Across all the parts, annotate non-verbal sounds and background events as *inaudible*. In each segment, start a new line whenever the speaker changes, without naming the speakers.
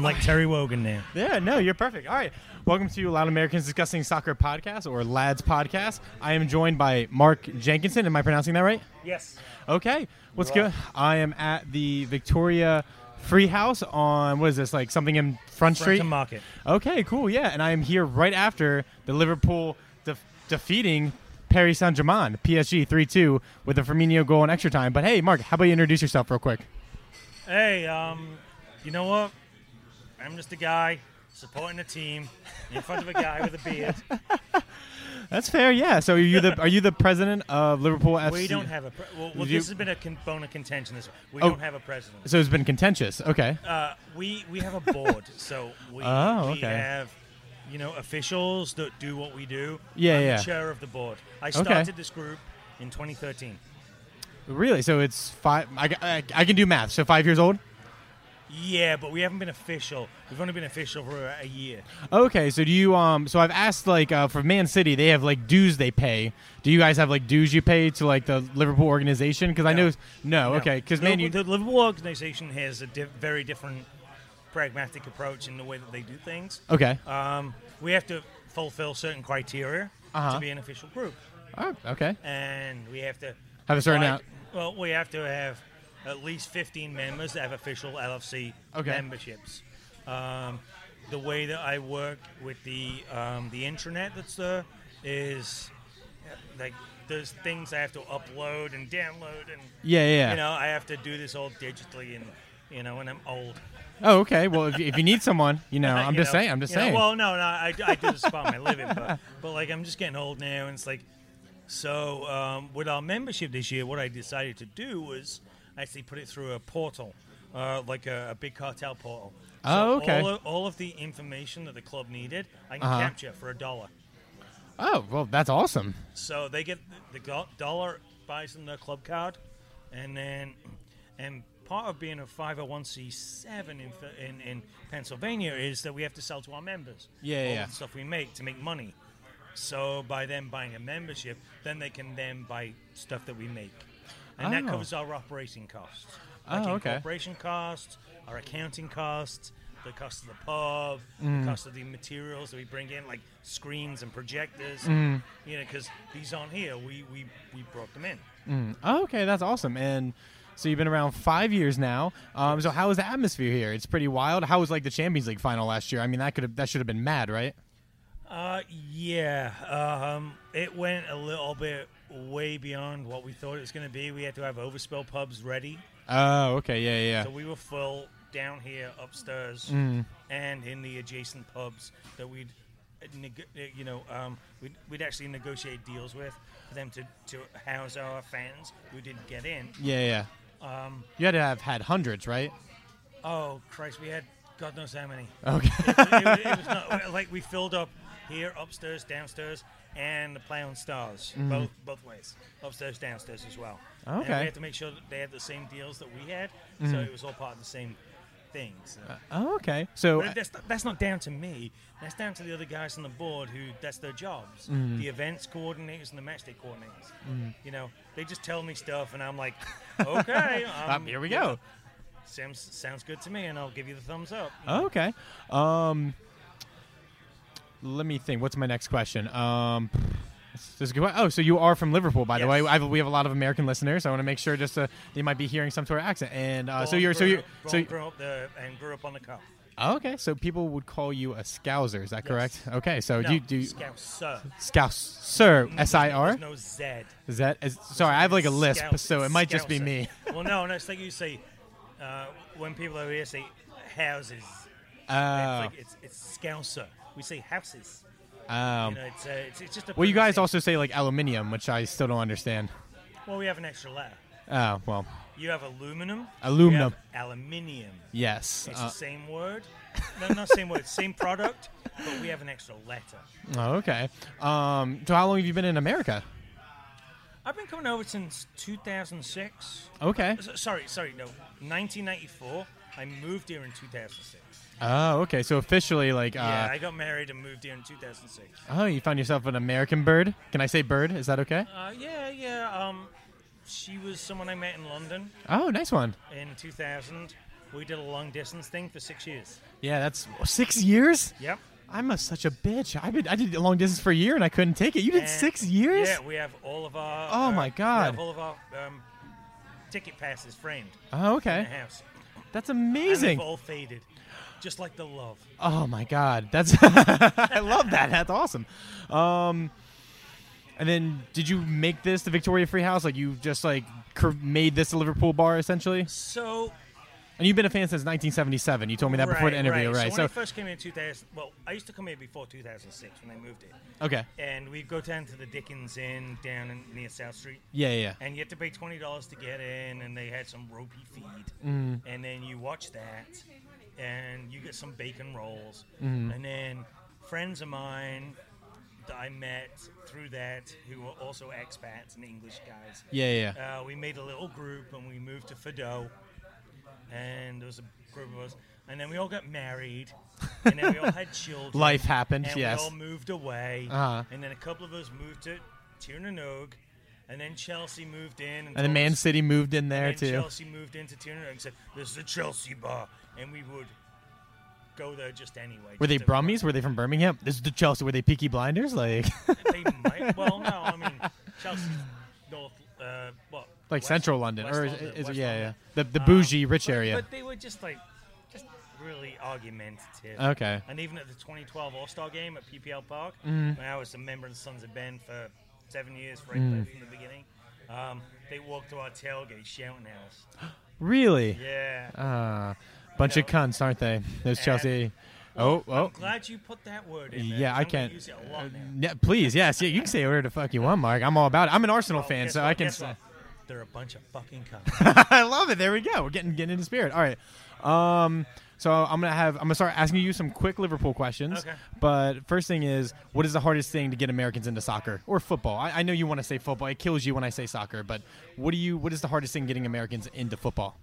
like Terry Wogan now.
Yeah, no, you're perfect. All right. Welcome to Loud Americans Discussing Soccer Podcast or Lads Podcast. I am joined by Mark Jenkinson. Am I pronouncing that right?
Yes.
Okay. What's good? I am at the Victoria Free House on, what is this, like something in
Front
Front Street?
to market.
Okay, cool. Yeah, and I am here right after the Liverpool def- defeating Paris Saint Germain, PSG 3 2, with a Firmino goal in extra time. But hey, Mark, how about you introduce yourself real quick?
Hey, um, you know what? I'm just a guy supporting a team in front of a guy with a
*laughs*
beard.
That's fair, yeah. So are you the are you the president of Liverpool FC?
We don't have a. Pre- well, well
You-
this has been a con- bone of contention. This we
Oh.
don't have a president.
so it's been contentious. Okay.
Uh, we we have a board, so we,
*laughs* Oh,
we
okay.
have you know officials that do what we do.
Yeah,
I'm the
yeah.
chair of the board. I started this group in 2013.
Really? So it's five. I, I, I can do math. So five years old.
Yeah, but we haven't been official. We've only been official for a year.
Okay. So do you um? So I've asked like uh, for Man City, they have like dues they pay. Do you guys have like dues you pay to like the Liverpool organization? Because I
No.
know no.
No.
Okay. Because
The-
man, you
the Liverpool organization has a diff- very different pragmatic approach in the way that they do things.
okay.
Um, we have to fulfill certain criteria
Uh-huh.
to be an official group,
Oh, okay.
and we have to
Have a certain
provide-
out.
Well, we have to have at least 15 members that have official LFC
Okay.
memberships. Um, the way that I work with the um, the intranet that's there is uh, like there's things I have to upload and download and
Yeah, yeah. yeah.
you know, I have to do this all digitally, and you know, when I'm old.
Oh, okay. Well, if, if you need someone, you know,
*laughs*
I'm
You
just
know,
saying. I'm just
you know,
saying.
well, no, no, I, I do this spot my living, but, *laughs* but like I'm just getting old now, and it's like, so um, with our membership this year, what I decided to do was actually put it through a portal, uh, like a, a big cartel portal. So
Oh, okay.
All of, all of the information that the club needed, I can
Uh-huh.
capture for a dollar.
oh, well, that's awesome.
So they get the go- dollar buys them their club card, and then and part of being a 501c7 in, in in Pennsylvania is that we have to sell to our members.
Yeah,
all
yeah, yeah.
The stuff we make to make money. So by them buying a membership, then they can then buy stuff that we make, and that
Oh.
covers our operating costs.
Oh,
like
okay.
Corporation costs, our accounting costs. The cost of the pub,
Mm.
the cost of the materials that we bring in, like screens and projectors,
Mm.
you know, because these aren't here. We, we we brought them in.
Oh, okay, that's awesome. And so you've been around five years now. Um, so how is the atmosphere here? It's pretty wild. How was like the Champions League final last year? I mean, that could have that should have been mad, right?
Uh, yeah. Um, it went a little bit way beyond what we thought it was going to be. We had to have overspill pubs ready,
Oh, okay, yeah, yeah,
so we were full down here upstairs
Mm.
and in the adjacent pubs that we'd. uh, Neg- uh, you know, um, we'd, we'd actually negotiate deals with for them to, to house our fans who didn't get in.
yeah, yeah. Um, you had to have had hundreds, right?
Oh Christ, we had God knows how many.
Okay.
it, was- it was not, like we filled up here, upstairs, downstairs, and the play on stars both both ways, upstairs, downstairs as well. And
Mm. Okay. Mm.
we had to make sure that they had the same deals that we had, so it was all part of the same thing. So.
Oh, okay. So
But that's not, that's not down to me. That's down to the other guys on the board who that's their jobs.
Mm.
The events coordinators and the matchday coordinators. You know, they just tell me stuff, and
*laughs*
I'm like, okay,
uh,
um,
here we go.
Sounds sounds good to me, and I'll give you the thumbs up.
Oh, Okay. Um, let me think. What's my next question? Um, this is a good one. Oh, so you are from Liverpool, by the
Yes.
way. I, we have a lot of American listeners. So I want to make sure just uh, they might be hearing some sort of accent. And uh, so
Born,
you're so
grew-
you
born,
so
grew up there and grew up on the cup.
oh, okay. So people would call you a scouser. Is that correct? Okay. So
No,
you Oh, do
scout, sir.
scouse sir
There's
*laughs* S I R.
There's no Z.
Is that is, sorry? I have like a lisp,
Scout,
so it
it's
might just be
scouser.
me.
*laughs* well, no, no. It's like you say uh, when people over here say houses.
Oh,
It's like it's it's scouser. We say houses.
um,
You know, it's, uh, it's, it's just a.
well, you guys
pronunciation.
also say like aluminium, which I still don't understand.
Well, we have an extra letter.
Oh well,
You have aluminum.
Aluminum.
You have aluminium.
yes.
It's
Uh,
the same word. No,
*laughs*
not same word. Same product, but we have an extra letter.
Oh, okay. Um, so how long have you been in America?
I've been coming over since 2006.
Okay.
S- Sorry, sorry, no, 1994. I moved here in 2006.
Oh, okay. So officially, like, uh,
yeah, I got married and moved here in 2006.
oh, you found yourself an American bird. Can I say bird? Is that okay?
Uh, yeah, yeah. Um, she was someone I met in London
Oh, nice one.
in 2000, We did a long distance thing for six years.
Yeah, that's six years.
Yep.
I'm a, such a bitch. I been, I did long distance for a year and I couldn't take it. You did
And-
six years.
Yeah, we have all of our.
Oh,
uh,
my
We
God.
have all of our um, ticket passes framed
Oh,
in
okay.
the house.
That's
And
amazing.
they've all faded, just like the love.
Oh my god, that's *laughs* I love that. That's awesome. Um, and then did you make this the Victoria Free House? Like you just like cur- made this a Liverpool bar essentially?
So
And you've been a fan since 1977. You told me that before
right,
the interview, right?
So when I first came in 2000, well, I used to come here before 2006 when I moved here,
okay,
and we'd go down to the Dickens Inn down in, near South Street,
yeah, yeah, yeah.
and you had to pay twenty dollars to get in, and they had some ropey feed, and then you watch that, and you get some bacon rolls, and then friends of mine that I met through that who were also expats and English guys.
yeah, yeah, yeah.
Uh, we made a little group and we moved to Fido, and there was a group of us, and then we all got married, and then we all
*laughs*
had children.
Life happened,
And
yes.
we all moved away,
Uh-huh.
and then a couple of us moved to Tiernanog, and then Chelsea moved in,
And then
told
Man
us-
City moved in there
and
too.
Chelsea moved into Tiernanog and said, "This is a Chelsea bar," and we would go there just anyway.
Were they
just to-
Brummies? Were they from Birmingham? This is the Chelsea. Were they Peaky Blinders? Like, *laughs*
They might. Well, no, I mean Chelsea's north, uh, what?
like
west-
Central London,
West
or is,
London,
is,
West
yeah, yeah,
London.
the the
Um,
bougie rich
but-
area.
But they were just like, just really argumentative.
okay, Mm-hmm.
And even at the 2012 All Star Game at PPL Park, when I was a member of the Sons of Ben for seven years, right
Mm.
back from the beginning, um, they walked to our tailgate shouting at us.
Uh, really?
Yeah.
Uh, bunch of
No.
cunts, aren't they? Those
And-
Chelsea. Oh, oh.
I'm glad you put that word in. there,
Yeah,
'cause
I
I'm gonna
can't.
Use it a lot now.
Yeah, please, yes, yeah. You can say whatever the fuck you want, Mark. I'm all about it. I'm an Arsenal
Well,
fan,
Oh, guess
so
what?
I can.
Guess
Say,
what? They're a bunch of fucking cunts.
*laughs*
*laughs*
I love it. There we go. We're getting getting into spirit. All right. Um. So I'm gonna have I'm gonna start asking you some quick Liverpool questions.
Okay.
But first thing is, what is the hardest thing to get Americans into soccer or football? I, I know you want to say football. It kills you when I say soccer. But what do you? What is the hardest thing getting Americans into football?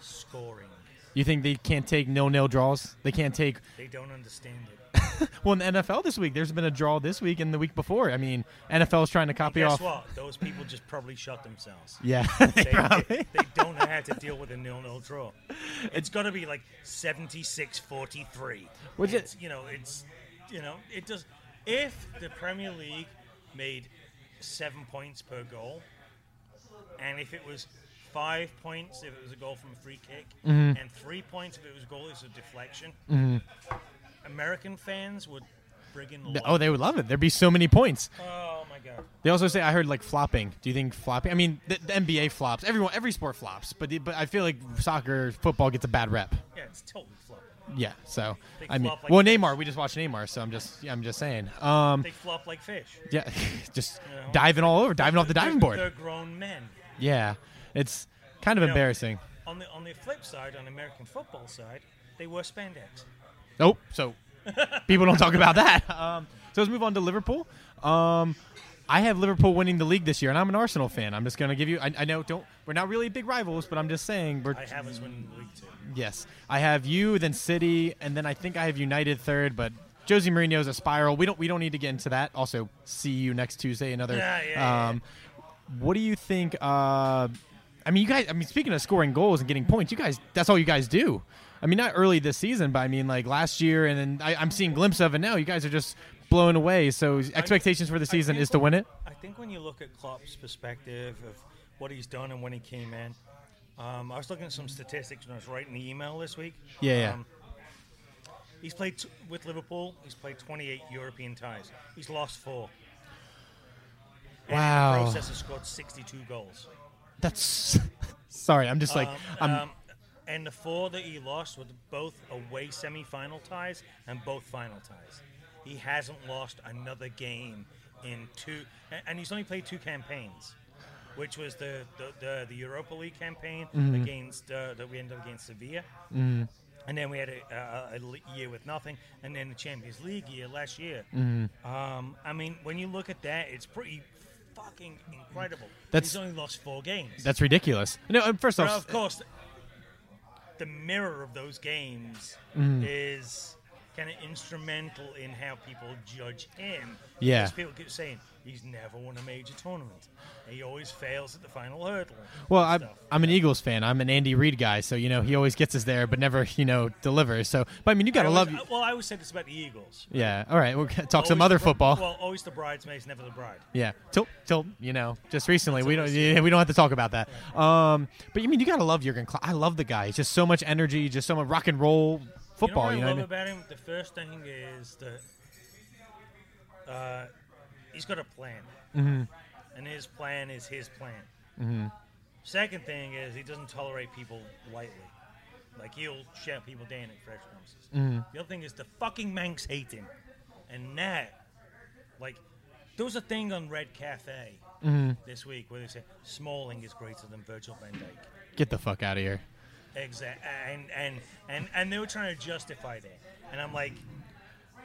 Scoring.
You think they can't take no nil draws? They can't take
They don't understand it.
Well, in the NFL this week, there's been a draw this week and the week before. I mean, NFL's trying to copy
Guess
off.
what? Those people just probably shot themselves.
*laughs* Yeah, *laughs*
They, they, they don't know how to deal with a nil-nil draw. It's got to be like 76-43.
Which is-
It's, you know, it's you know, it does. If the Premier League made seven points per goal, and if it was five points if it was a goal from a free kick,
Mm-hmm.
and three points if it was a goal, it's a deflection. American fans would friggin' love
oh, they would love it. There'd be so many points.
it. oh my god.
They also say I heard like flopping. Do you think flopping? I mean, the, the NBA flops. Everyone, every sport flops. But the- but I feel like soccer, football gets a bad rep.
Yeah, it's totally flopping.
Yeah. So
They
I mean,
flop like
well,
this.
Neymar. We just watched Neymar, so I'm just yeah, I'm just saying. Um,
They flop like fish.
yeah, *laughs* just
You know,
diving all over, diving off the
They're-
diving
*laughs*
board.
They're grown men.
Yeah, it's kind of
know,
embarrassing.
On the on the flip side, on American football side, they wear spandex.
Nope. So people don't talk about that. *laughs* Um, so let's move on to Liverpool. Um, I have Liverpool winning the league this year, and I'm an Arsenal fan. I'm just going to give you. I, I know don't we're not really big rivals, but I'm just saying we're.
I have us winning the league too.
yes, I have you, then City, and then I think I have United third, but. Josie Mourinho's a spiral. We don't. We don't need to get into that. Also, see you next Tuesday. Another.
Yeah, yeah, yeah,
um, What do you think? Uh, I mean, you guys. I mean, speaking of scoring goals and getting points, you guys. That's all you guys do. I mean, not early this season, but I mean, like last year, and then I, I'm seeing glimpses of it now. You guys are just blown away. So expectations for the season
think
is to
when-
win it.
I think when you look at Klopp's perspective of what he's done and when he came in, um, I was looking at some statistics when I was writing the email this week.
Yeah, yeah.
Um, he's played t- with Liverpool. He's played 28 European ties. He's lost four. And
Wow.
In the process, has scored 62 goals.
That's. *laughs* Sorry, I'm just like
Um,
I'm.
um, and the four that he lost were both away semi-final ties and both final ties. He hasn't lost another game in two, a- and he's only played two campaigns, which was the the, the, the Europa League campaign
Mm-hmm.
against uh, that we ended up against Sevilla, and then we had a, a, a le- year with nothing, and then the Champions League year last year.
Mm-hmm.
Um, I mean, when you look at that, it's pretty fucking incredible.
That's-
he's only lost four games.
that's ridiculous. No, uh, first
But
off, Mm.
of course, the mirror of those games is kind of instrumental in how people judge him.
Yeah.
Because people keep saying he's never won a major tournament. He always fails at the final hurdle. and
Well, I'm,
stuff.
I'm an Eagles fan. I'm an Andy Reid guy, so you know he always gets us there, but never you know delivers. So, but I mean, you gotta
always-
love. You.
Well, I always said this about the Eagles.
Yeah. All right, we'll talk
Always
some other
the bri-
football.
Well, always the bridesmaids, never the bride.
Yeah, till till you know, just recently we don't
always-
yeah, we don't have to talk about that. Um, but you mean you gotta love Jurgen Klopp. I love the guy. He's just so much energy, just so much rock and roll football. You know,
what I
what
love
I mean?
about him? The first thing is that uh, he's got a plan,
Mm-hmm.
and his plan is his plan. Second thing is he doesn't tolerate people lightly. Like he'll shout people down at fresh premises.
Mm-hmm.
The other thing is the fucking Manx hate him, and that, like, there was a thing on Red Cafe
Mm-hmm.
this week where they said Smalling is greater than Virgil Van Dyke.
get the fuck out of here.
Exactly. And, and and and they were trying to justify that. And I'm like,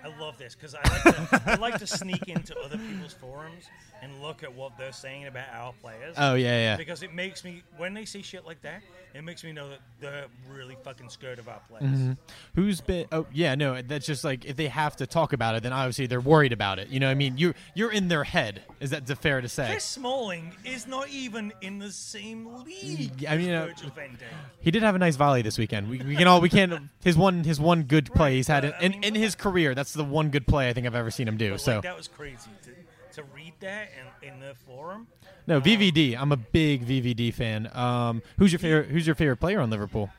I love this because I like to, I like to sneak into other people's forums and look at what they're saying about our players.
Oh yeah, yeah.
Because it makes me when they say shit like that, it makes me know that they're really fucking scared of our players.
Mm-hmm. Who's been? Oh yeah, no. That's just like if they have to talk about it, then obviously they're worried about it. You know, what I mean, you you're in their head. Is that fair to say?
Chris Smalling is not even in the same league.
I mean,
as
uh,
Virgil van Dijk.
He did have a nice volley this weekend. We, we can all we can his one his one good play he's had in,
but, I
in,
mean,
in
look
his career. That's the one good play I think I've ever seen him do.
But,
So
like, that was crazy to, to read that in, in the forum.
no VVD. I'm a big VVD fan. Um, who's your favorite? Who's your favorite player on Liverpool?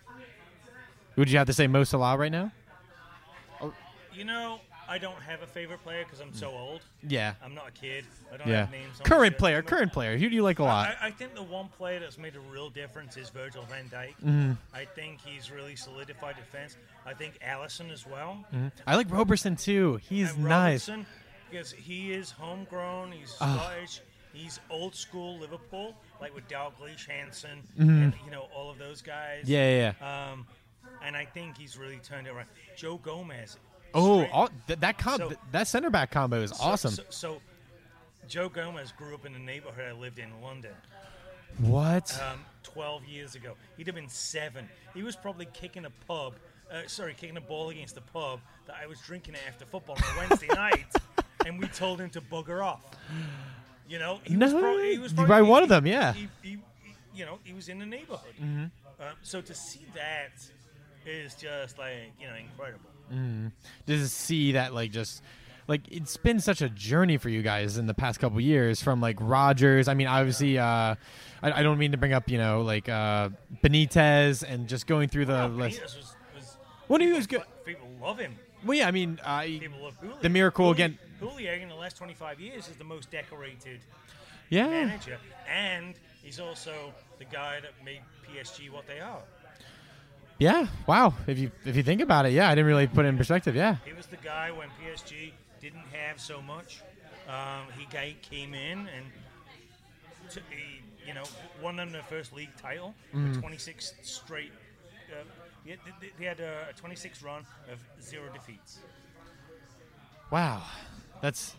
Would you have to say Mo Salah right now?
You know, I don't have a favorite player because I'm so old.
Mm. Yeah,
I'm not a kid. I don't
yeah.
have names. on my
Current
shirt.
player,
I'm not-
current player. Who do you like a lot?
I, I think the one player that's made a real difference is Virgil van Dijk.
Mm-hmm.
I think he's really solidified defense. I think Allison as well.
I like Roberson too. Mm-hmm. He's
And
nice.
Robertson, because he is homegrown. He's Scottish. He's old school Liverpool, like with Dalglish, Hansen, and you know all of those guys.
Mm-hmm. Yeah, yeah. yeah.
Um, and I think he's really turned it around. Joe Gomez.
oh,
straight-
all, th- that com-
so-
th- that center back combo is
so-
awesome.
So, so Joe Gomez grew up in the neighborhood I lived in, in London.
what?
um, 12 years ago. He'd have been seven. He was probably kicking a pub, uh, sorry, kicking a ball against the pub that I was drinking at after football on a
*laughs*
Wednesday night, and we told him to bugger off. You know, he was
No,
probably, he was
you
probably,
probably one
he-
of them, yeah. Mm-hmm.
He, he, he- you know, he was in the neighborhood. Uh, so to see that is just like you know incredible.
to see that like just like it's been such a journey for you guys in the past couple years from like Rogers. I mean, obviously, uh, I, I don't mean to bring up you know like uh, Benitez and just going through
Now,
the list.
Benitez was, was
Well, he was good.
people love him.
Well, yeah, I mean, I
People love Hooligan.
The miracle
Hooligan-
again-
Hooligan in the last 25 years is the most decorated
yeah,
manager, and he's also the guy that made PSG what they are.
yeah. Wow, if you if you think about it, yeah, I didn't really put it in perspective. Yeah,
He was the guy when PSG didn't have so much. Um, he ga- came in and t- he, you know won them their first league title, with
Mm.
26 straight. Uh, they, they- they had a 26 run of zero defeats.
wow, that's.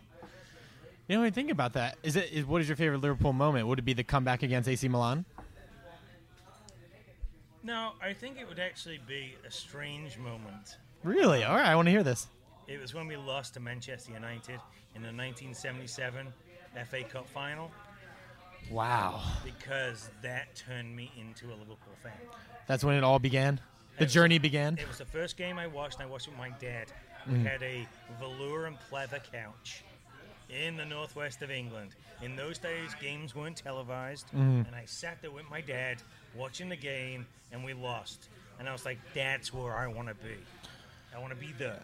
You know, when you think about that, is it is what is your favorite Liverpool moment? Would it be the comeback against AC Milan?
No, I think it would actually be a strange moment.
Really? All right, I want to hear this.
It was when we lost to Manchester United in the 1977 FA Cup final.
Wow,
because that turned me into a Liverpool fan.
that's when it all began. The
It was-
journey began.
It was the first game I watched, and I watched it with my dad. We had a velour and pleather couch in the northwest of England. In those days, games weren't televised, and I sat there with my dad watching the game, and we lost. And I was like, "That's where I want to be. I want to be there."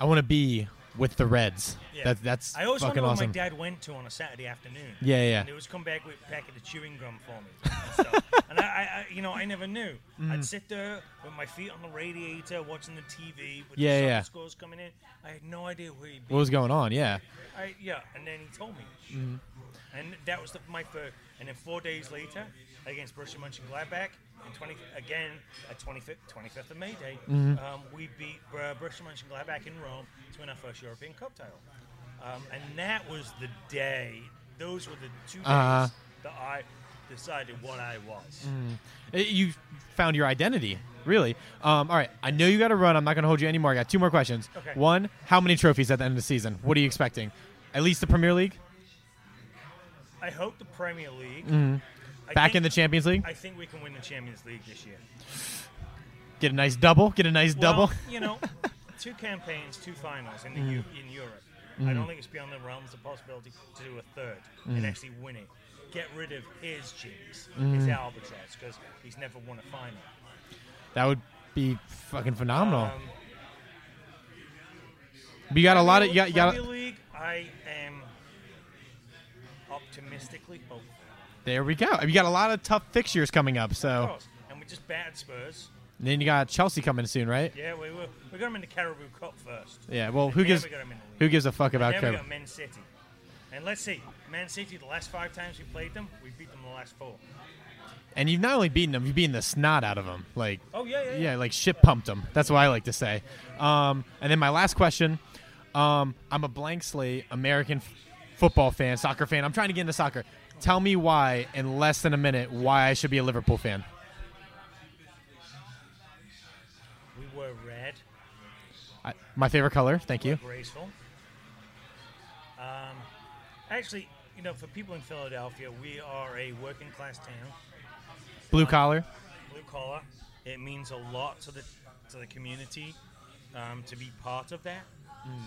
I want to be with the Reds.
Yeah.
That's that's
I always wonder
fucking
what
awesome.
my dad went to on a Saturday afternoon.
Yeah, yeah, yeah.
And he always come back with a packet of chewing gum for me. And, stuff. and I, I, I, you know, I never knew.
Mm.
I'd sit there with my feet on the radiator, watching the TV with
Yeah,
the soccer
yeah.
scores coming in. I had no idea where he'd be.
what was going on? Yeah.
I, yeah, and then he told me,
Mm-hmm.
and that was the, my first. And then four days later, against Borussia Mönchengladbach, and twenty again at 25th, 25th of May Day,
Mm-hmm.
um, we beat uh, Borussia Mönchengladbach in Rome to win our first European Cup title. Um, and that was the day. Those were the two days
Uh-huh.
that I decided what I was.
Uh, You found your identity, really. Um, all right, I know you got to run. I'm not going to hold you anymore. I got two more questions.
Okay.
One, how many trophies at the end of the season? What are you expecting? At least the Premier League?
I hope the Premier League. I
Mm-hmm. Back
think-
in the Champions League?
I think we can win the Champions League this year.
Get a nice double? Get a nice double? Mm.
Well, you know, two campaigns, two finals in the U- in Europe. I don't think it's beyond the realms of possibility to do a third
Mm.
and actually win it. Get rid of his jinx, his albatross, because he's never won a final.
That would be fucking phenomenal.
Um,
but you got a lot of. You
Premier
got, you got,
League. I am optimistically oh, hopeful.
there we go. You got a lot of tough fixtures coming up.
Of
So
course. And we just battered Spurs.
then you got Chelsea coming soon, right?
Yeah, we were, we got them in the Caribou Cup first.
Yeah. Well, who
Never
gives
got 'em in the league.
who gives a fuck about
Now we
Kobe?
got Man City. And let's see, Man City, the last five times we played them, we beat them the last four.
And you've not only beaten them, you've beaten the snot out of them. Like
Oh, yeah, yeah, yeah.
yeah, like shit pumped them. That's what I like to say. Um, and then my last question: um, I'm a blank slate American f- football fan, soccer fan. I'm trying to get into soccer. Tell me why, in less than a minute, why I should be a Liverpool fan.
We were red,
I, my favorite color. Thank you.
graceful. Um, actually, you know, for people in Philadelphia, we are a working class town,
Blue collar.
blue collar. It means a lot to the to the community um, to be part of that.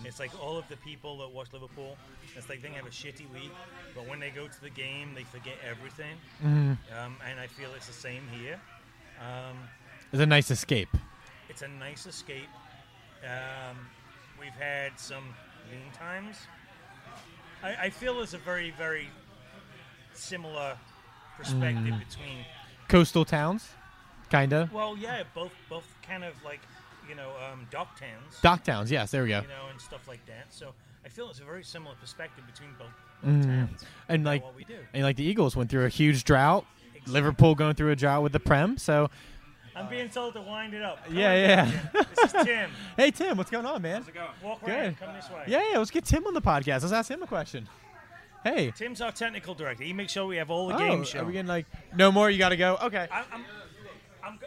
It's like all of the people that watch Liverpool. It's like they have a shitty week, but when they go to the game, they forget everything. Um, and I feel it's the same here. Um,
is a nice escape.
it's a nice escape. Um, we've had some lean times. I, I feel there's a very, very similar
Mm.
perspective between.
Coastal towns, kinda.
Well, yeah, both both kind of like you know um, dock towns,
Dock towns. Yes, there we go.
you know, and stuff like that. So I feel it's a very similar perspective between both, both towns.
Mm. And
about
like,
what we do.
and like the Eagles went through a huge drought. Liverpool going through a drought with the Prem. So
I'm being told to wind it up. Come
Yeah,
on,
yeah.
Jim. This is Tim.
*laughs* hey Tim, what's going on, man?
Walk right.
Good.
Come this way.
Yeah, yeah. Let's get Tim on the podcast. Let's ask him a question. Hey,
Tim's our technical director. He makes sure we have all the
oh,
game show.
are we getting like no more? You got to go. Okay,
I- I'm, I'm, go-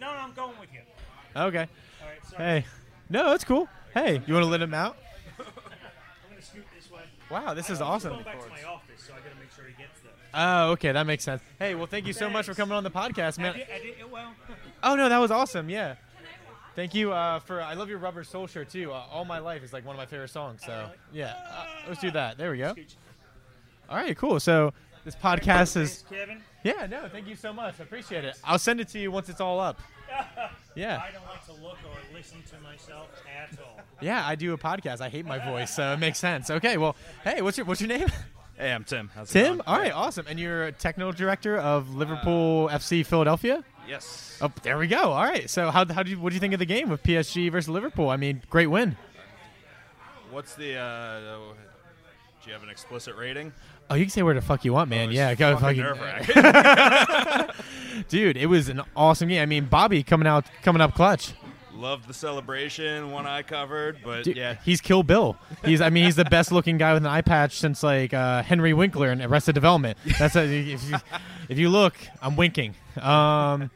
no, no, I'm going with you.
okay.
All right, sorry.
Hey, no, that's cool. Hey, you want to let him out?
I'm gonna scoot this way.
Wow, this is
I'm
awesome.
Going back to my office, so I gotta make sure he gets there.
Oh, okay, that makes sense. Hey, well, thank you so much for
Thanks.
coming on the podcast,
I
man.
did, I did it well.
Oh no, that was awesome. Yeah. Thank you uh, for I love your rubber soul shirt too. Uh, All my life is like one of my favorite songs. So yeah, uh, let's do that. There we go.
Scooch.
All right, cool. So this podcast
Thanks,
is
Kevin.
yeah. No, thank you so much. I appreciate it. I'll send it to you once it's all up. Yeah,
I don't like to look or listen to myself at all.
yeah. I do a podcast. I hate my voice, so it makes sense. Okay. Well, hey, what's your what's your name?
Hey, I'm Tim. How's it
Tim.
going?
All right, awesome. And you're a technical director of
Uh,
Liverpool FC Philadelphia.
Yes.
Oh, there we go. All right. So how how do you what do you think of the game with PSG versus Liverpool? I mean, great win.
What's the? Uh, do you have an explicit rating?
Oh, you can say where the fuck you want, man. yeah,
Oh, It's
go
fucking
fucking, *laughs*
nerve-wracking.
dude. It was an awesome game. I mean, Bobby coming out, coming up clutch.
Loved the celebration, one eye covered, but
Dude,
yeah,
he's Kill Bill. He's, I mean, he's the best looking guy with an eye patch since like uh, Henry Winkler in Arrested Development. That's a, if, you, if you look, I'm winking. Um,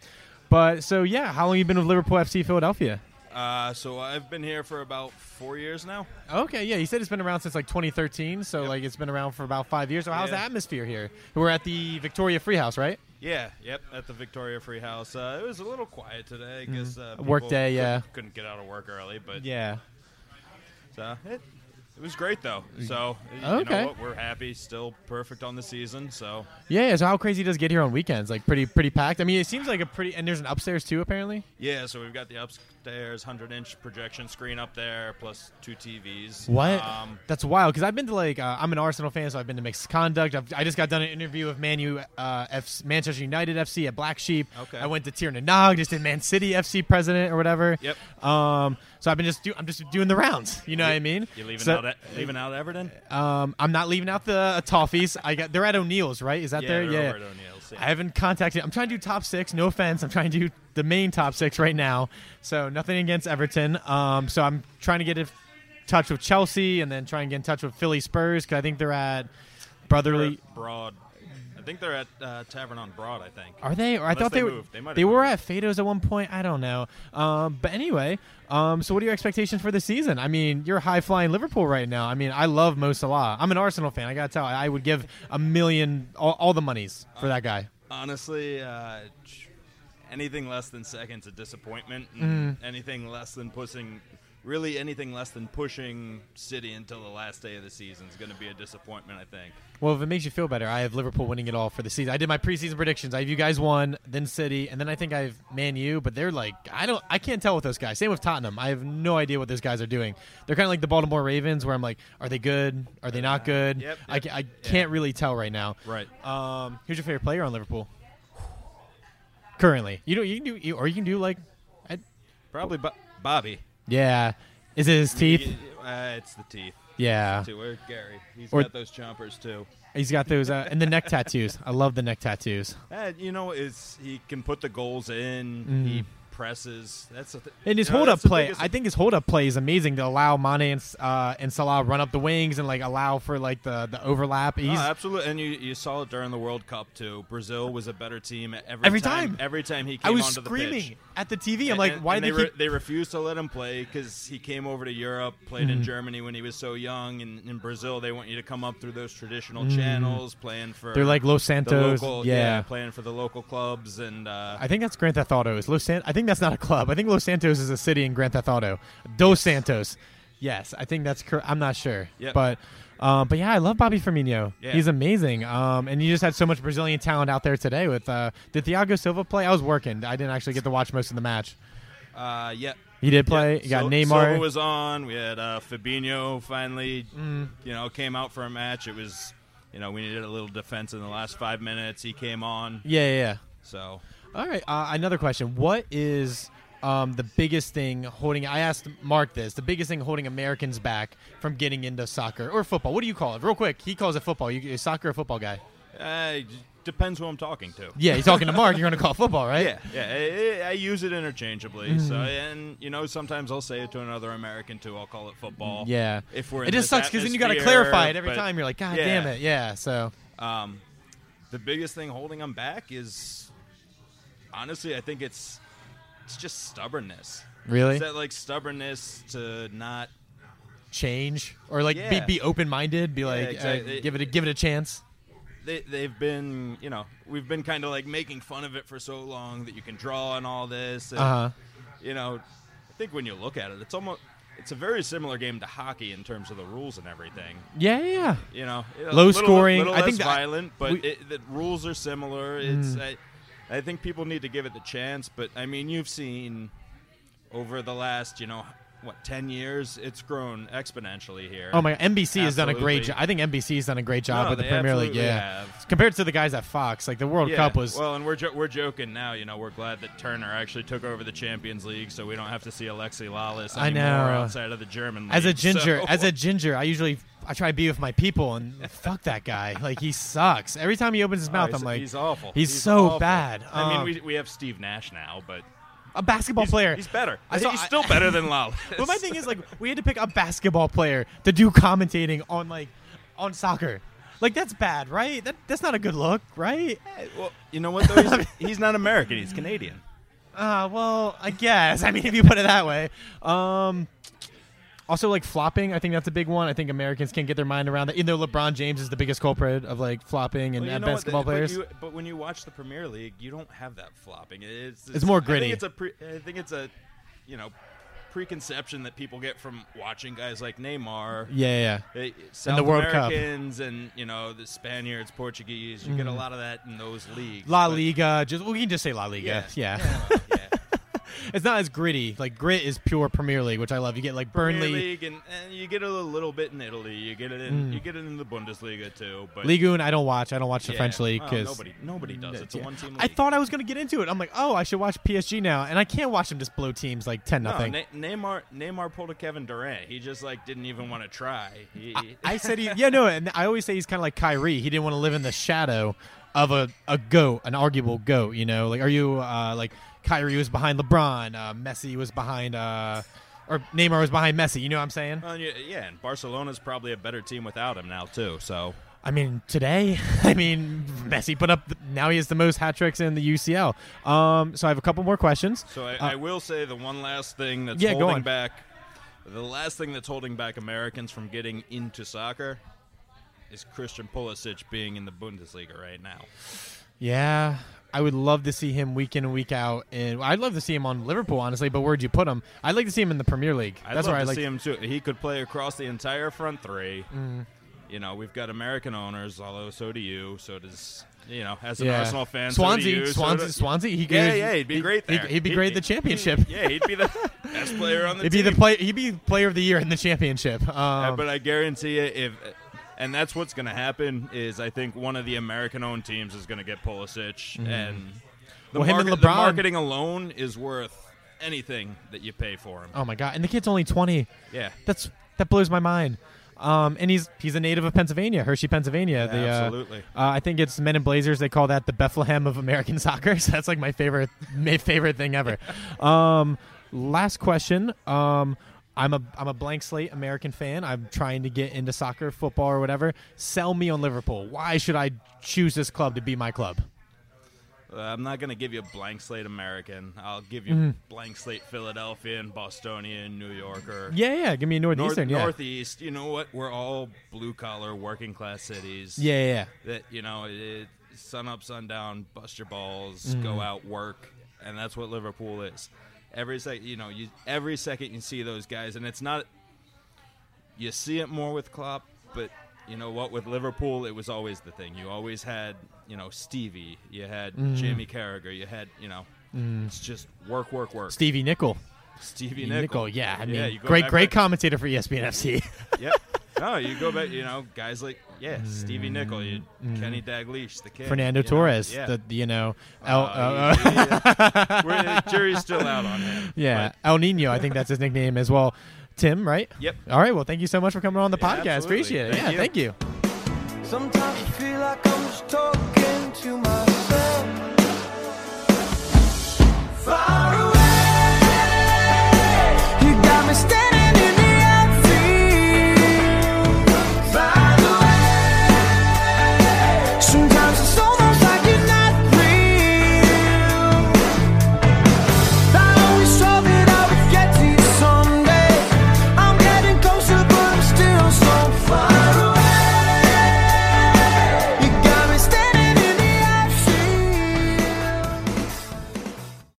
but so yeah, how long you been with Liverpool FC Philadelphia?
Uh, so I've been here for about four years now.
Okay, yeah, he said it's been around since like 2013, so like it's been around for about five years. So how's
Yeah.
the atmosphere here? We're at the Victoria Freehouse, right?
Yeah, yep, at the Victoria Free House. Uh, it was a little quiet today. I guess uh,
Mm-hmm. Work
people
day,
couldn't-
yeah.
couldn't get out of work early, but
Yeah.
uh, it, it was great though. So you
Okay.
know what, we're happy. Still perfect on the season. So
Yeah, yeah, so how crazy does it get here on weekends? Like pretty pretty packed. I mean, it seems like a pretty and there's an upstairs too apparently.
yeah, so we've got the upstairs hundred inch projection screen up there, plus two TVs.
What?
Um,
That's wild because I've been to like uh, I'm an Arsenal fan, so I've been to Mixed Conduct. I've, I just got done an interview with Man U, uh, F- Manchester United FC at Black Sheep.
Okay.
I went to Tiernan Nog, just did Man City FC president or whatever.
Yep.
Um, so I've been just do I'm just doing the rounds. You know what I mean?
you leaving
So,
out out leaving out Everton?
Um, I'm not leaving out the uh, Toffees. I got they're at O'Neill's, right? Is that
yeah,
there?
they're
yeah.
over at O'Neill's, yeah.
I haven't contacted. I'm trying to do top six. No offense. I'm trying to do the main top six right now. So nothing against Everton. Um, so I'm trying to get in touch with Chelsea and then try and get in touch with Philly Spurs because I think they're at brotherly.
broad. I think they're at uh, Tavern on Broad. I think.
Are they? Or I
Unless
thought
they
they, were.
moved. They might have
They were at
moved.
Fados at one point. I don't know. Um, but anyway, um, so what are your expectations for the season? I mean, you're high flying Liverpool right now. I mean, I love Mo Salah. I'm an Arsenal fan. I gotta tell. I I would give a million, all, all the monies for that guy.
Honestly, uh, ch- anything less than second's a disappointment. and
Mm.
Anything less than pushing, really anything less than pushing City until the last day of the season is going to be a disappointment. I think.
Well, if it makes you feel better, I have Liverpool winning it all for the season. I did my preseason predictions. I have you guys won, then City, and then I think I have Man U. But they're like, I don't, I can't tell with those guys. Same with Tottenham. I have no idea what those guys are doing. They're kind of like the Baltimore Ravens, where I'm like, are they good? Are they not good?
yep,
I,
yep,
ca- I can't really tell right now.
Right.
Um, who's your favorite player on Liverpool? Currently, you know you can do, you, or you can do like, I,
Probably Bo- Bobby.
yeah. Is it his teeth?
Uh, it's the teeth.
Yeah,
Too. Where's Gary? He's
Ah. Or-
got those chompers too.
he's got those uh, and the neck tattoos. I love the neck tattoos.
Uh, you know, is he can put the goals in. He presses. That's the th-
Mm. And his
you know,
hold up
that's the
play,
biggest-
I think his hold up play is amazing to allow Mane and uh, and Salah run up the wings and like allow for like the, the overlap.
No,
He's
Oh, absolutely, and you, you saw it during the World Cup too. Brazil was a better team every,
Every time.
Every time he came
I was
onto the
screaming
pitch.
at the TV. I'm
And-
like,
and-
why
and
did
they
they
re- they refused to let him play because he came over to Europe, played in
Mm-hmm.
Germany when he was so young, and in Brazil they want you to come up through those traditional channels, playing for
Mm. They're like Los
the
Santos,
local-
yeah.
playing for the local clubs, and uh,
I think that's Grand Theft Auto. Is Los San- I think that's not a club. I think Los Santos is a city in Grand Theft Auto. Dos Santos. Yes, I think that's. Cor- I'm not sure,
Yep.
but um, but yeah, I love Bobby Firmino.
Yeah.
He's amazing. Um, and you just had so much Brazilian talent out there today. With uh, did Thiago Silva play? I was working. I didn't actually get to watch most of the match.
uh, yeah.
He did play. You got
Sil-
Neymar.
Silva was on. We had uh, Fabinho finally,
Mm.
you know, came out for a match. It was, you know, we needed a little defense in the last five minutes. He came on.
yeah, yeah, yeah.
So
All right. Uh, another question. What is um, the biggest thing holding? I asked Mark this. The biggest thing holding Americans back from getting into soccer or football. What do you call it? Real quick. He calls it football. You a soccer or football guy?
uh, it depends who I'm talking to.
Yeah. You're talking to Mark. You're going to call it football, right?
Yeah, yeah. I, I use it interchangeably.
Mm.
So, and you know, sometimes I'll say it to another American too. I'll call it football.
Yeah.
If we're in
it just
this
sucks because then you got to
atmosphere,
clarify it every
but,
time. You're like, God
yeah.
damn it. Yeah. So
Um, the biggest thing holding them back is, honestly, I think it's it's just stubbornness.
really
It's that like stubbornness to not
change or like
Yeah.
be, be open minded. Be like,
exactly.
uh, give it a, give it a chance.
they, they've been you know we've been kind of like making fun of it for so long that you can draw on all this and,
Uh huh.
you know i think when you look at it it's almost it's a very similar game to hockey in terms of the rules and everything
Yeah. Yeah. yeah.
you know a
Low
little-
scoring.
little
I
less
think that-
violent but
we- Mm.
it, the rules are similar it's I, I think people need to give it the chance but i mean you've seen over the last you know what 10 years it's grown exponentially here
Oh my! NBC has done a great
Absolutely.
job. I think NBC has done a great job
No,
with the
they
Premier League.
absolutely
Yeah,
have.
compared to the guys at Fox, like the World
Yeah,
Cup was.
well, and we're jo- we're joking now. You know, we're glad that Turner actually took over the Champions League, so we don't have to see Alexi Lalas
I
anymore
know.
outside of the German. League.
as a ginger,
*laughs* So-
as a ginger, I usually I try to be with my people and fuck that guy. Like he sucks. Every time he opens his
Oh,
mouth,
he's-
I'm like,
he's awful.
He's, so
awful.
bad.
I
Um,
mean, we, we have Steve Nash now, but
a basketball
he's,
player.
He's better.
I saw-
he's
I-
still better than
*laughs*
Lalas.
But
*laughs*
my thing is like we had to pick a basketball player to do commentating on like on soccer. Like that's bad, right? That that's not a good look, right?
well, you know what? Though?
*laughs*
He's, he's not American. He's Canadian.
Uh, well, I guess. I mean, if you put it that way. Um, also, like flopping, I think that's a big one. I think Americans can't get their mind around that. Even though LeBron James is the biggest culprit of like flopping and
Well, you
uh,
know what,
basketball
the- but
players.
you- But, when you watch the Premier League, you don't have that flopping. It's,
It's more
I
gritty.
think it's a pre, I think it's a, you know, preconception that people get from watching guys like Neymar.
yeah, yeah,
They- South
the World Cup.
Americans and you know the Spaniards, Portuguese. You get a lot of that in those leagues.
yeah. Mm-hmm. La
but-
Liga. Just we can just say La Liga. Yeah,
yeah.
*laughs* it's not as gritty. Like grit is pure Premier League, which I love. You get like
Premier
Burnley,
League, and, and you get it a little bit in Italy. You get it in you get it in the Bundesliga too. But
Ligue 1, I don't watch. I don't watch Mm. the
yeah,
French league
well,
because.
nobody nobody does. It's a one team.
I thought I was going to get into it. I'm like, oh, I should watch PSG now, and I can't watch them just blow teams like ten
No,
nothing.
Ne- Neymar Neymar pulled a Kevin Durant. He just like didn't even want to try. He,
*laughs*
*laughs*
I said he, yeah, no, and I always say he's kind of like Kyrie. He didn't want to live in the shadow of a, a goat, an arguable goat. You know, like are you uh, like Kyrie was behind LeBron, uh, Messi was behind, uh, or Neymar was behind Messi. You know what I'm saying?
Well, and you- yeah, and Barcelona's probably a better team without him now too. So
I mean, today, *laughs* I mean, Messi put up. Now he has the most hat tricks in the UCL. Um, so I have a couple more questions.
So I,
Uh,
I will say the one last thing that's
Yeah, go
holding
on.
back, the last thing that's holding back Americans from getting into soccer, is Christian Pulisic being in the Bundesliga right now.
Yeah, I would love to see him week in and week out, and I'd love to see him on Liverpool, honestly. But where'd you put him? I'd like to see him in the Premier League.
I'd
That's
love
where I
to
like.
see him too. He could play across the entire front three.
Mm-hmm.
You know, we've got American owners, although so do you. So does you know, as an
yeah,
Arsenal fan,
Swansea,
so do you, so
Swansea,
do-
Swansea. He
yeah,
could-
yeah, he'd be
he-
great
he-
there.
He'd, be great at the
He'd-
championship.
*laughs* yeah, he'd
*laughs*
be the best player on the
He'd
team.
be the play. He'd be player of the year in the championship.
Uh,
Um,
but I guarantee you, if and that's what's going to happen is I think one of the American-owned teams is going to get Pulisic, and the,
Mm-hmm. Well, him and
market- the
LeBron-
marketing alone is worth anything that you pay for him.
oh my god! And the kid's only twenty.
Yeah,
That's that blows my mind. Um, and he's he's a native of Pennsylvania, Hershey, Pennsylvania.
Yeah,
the, uh,
absolutely.
Uh, I think it's Men in Blazers. They call that the Bethlehem of American *laughs* soccer. So that's like my favorite my favorite thing
*laughs*
ever. Um, last question. Um, I'm a I'm a blank slate American fan. I'm trying to get into soccer, football, or whatever. Sell me on Liverpool. Why should I choose this club to be my club?
Uh, I'm not going to give you blank slate American. I'll give you
Mm-hmm.
blank slate Philadelphian, Bostonian, New Yorker.
Yeah, yeah. Give me a
North,
northeastern. yeah.
Northeast, you know what? We're all blue collar, working class cities.
yeah, yeah, yeah.
that you know it, it, sun up sundown bust your balls
Mm-hmm.
go out work and that's what liverpool is every sec you know you every second you see those guys and it's not you see it more with klopp but you know what with liverpool it was always the thing you always had you know stevie you had
Mm-hmm.
jamie carragher you had you know
Mm.
it's just work work work
Stevie Nickel.
stevie
Nickel.
nickel,
Yeah, I mean,
you go
great,
back-
great commentator for E ESPN *laughs* FC.
yeah. No, you go back, you know, guys like, yeah, Stevie Nickel, you, Kenny Dalglish, the kid.
Mm-hmm. Fernando
you know,
Torres,
yeah.
the you know El,
Uh,
El-
he- uh, we're- the jury's still out on him.
*laughs* yeah
but-
El Nino, I think that's his nickname as well. Tim, right?
Yep.
All right. Well, thank you so much for coming on the
Yeah,
podcast.
absolutely.
Appreciate it.
Thank
yeah.
you.
Thank you.
Sometimes I feel like I'm just talking to myself.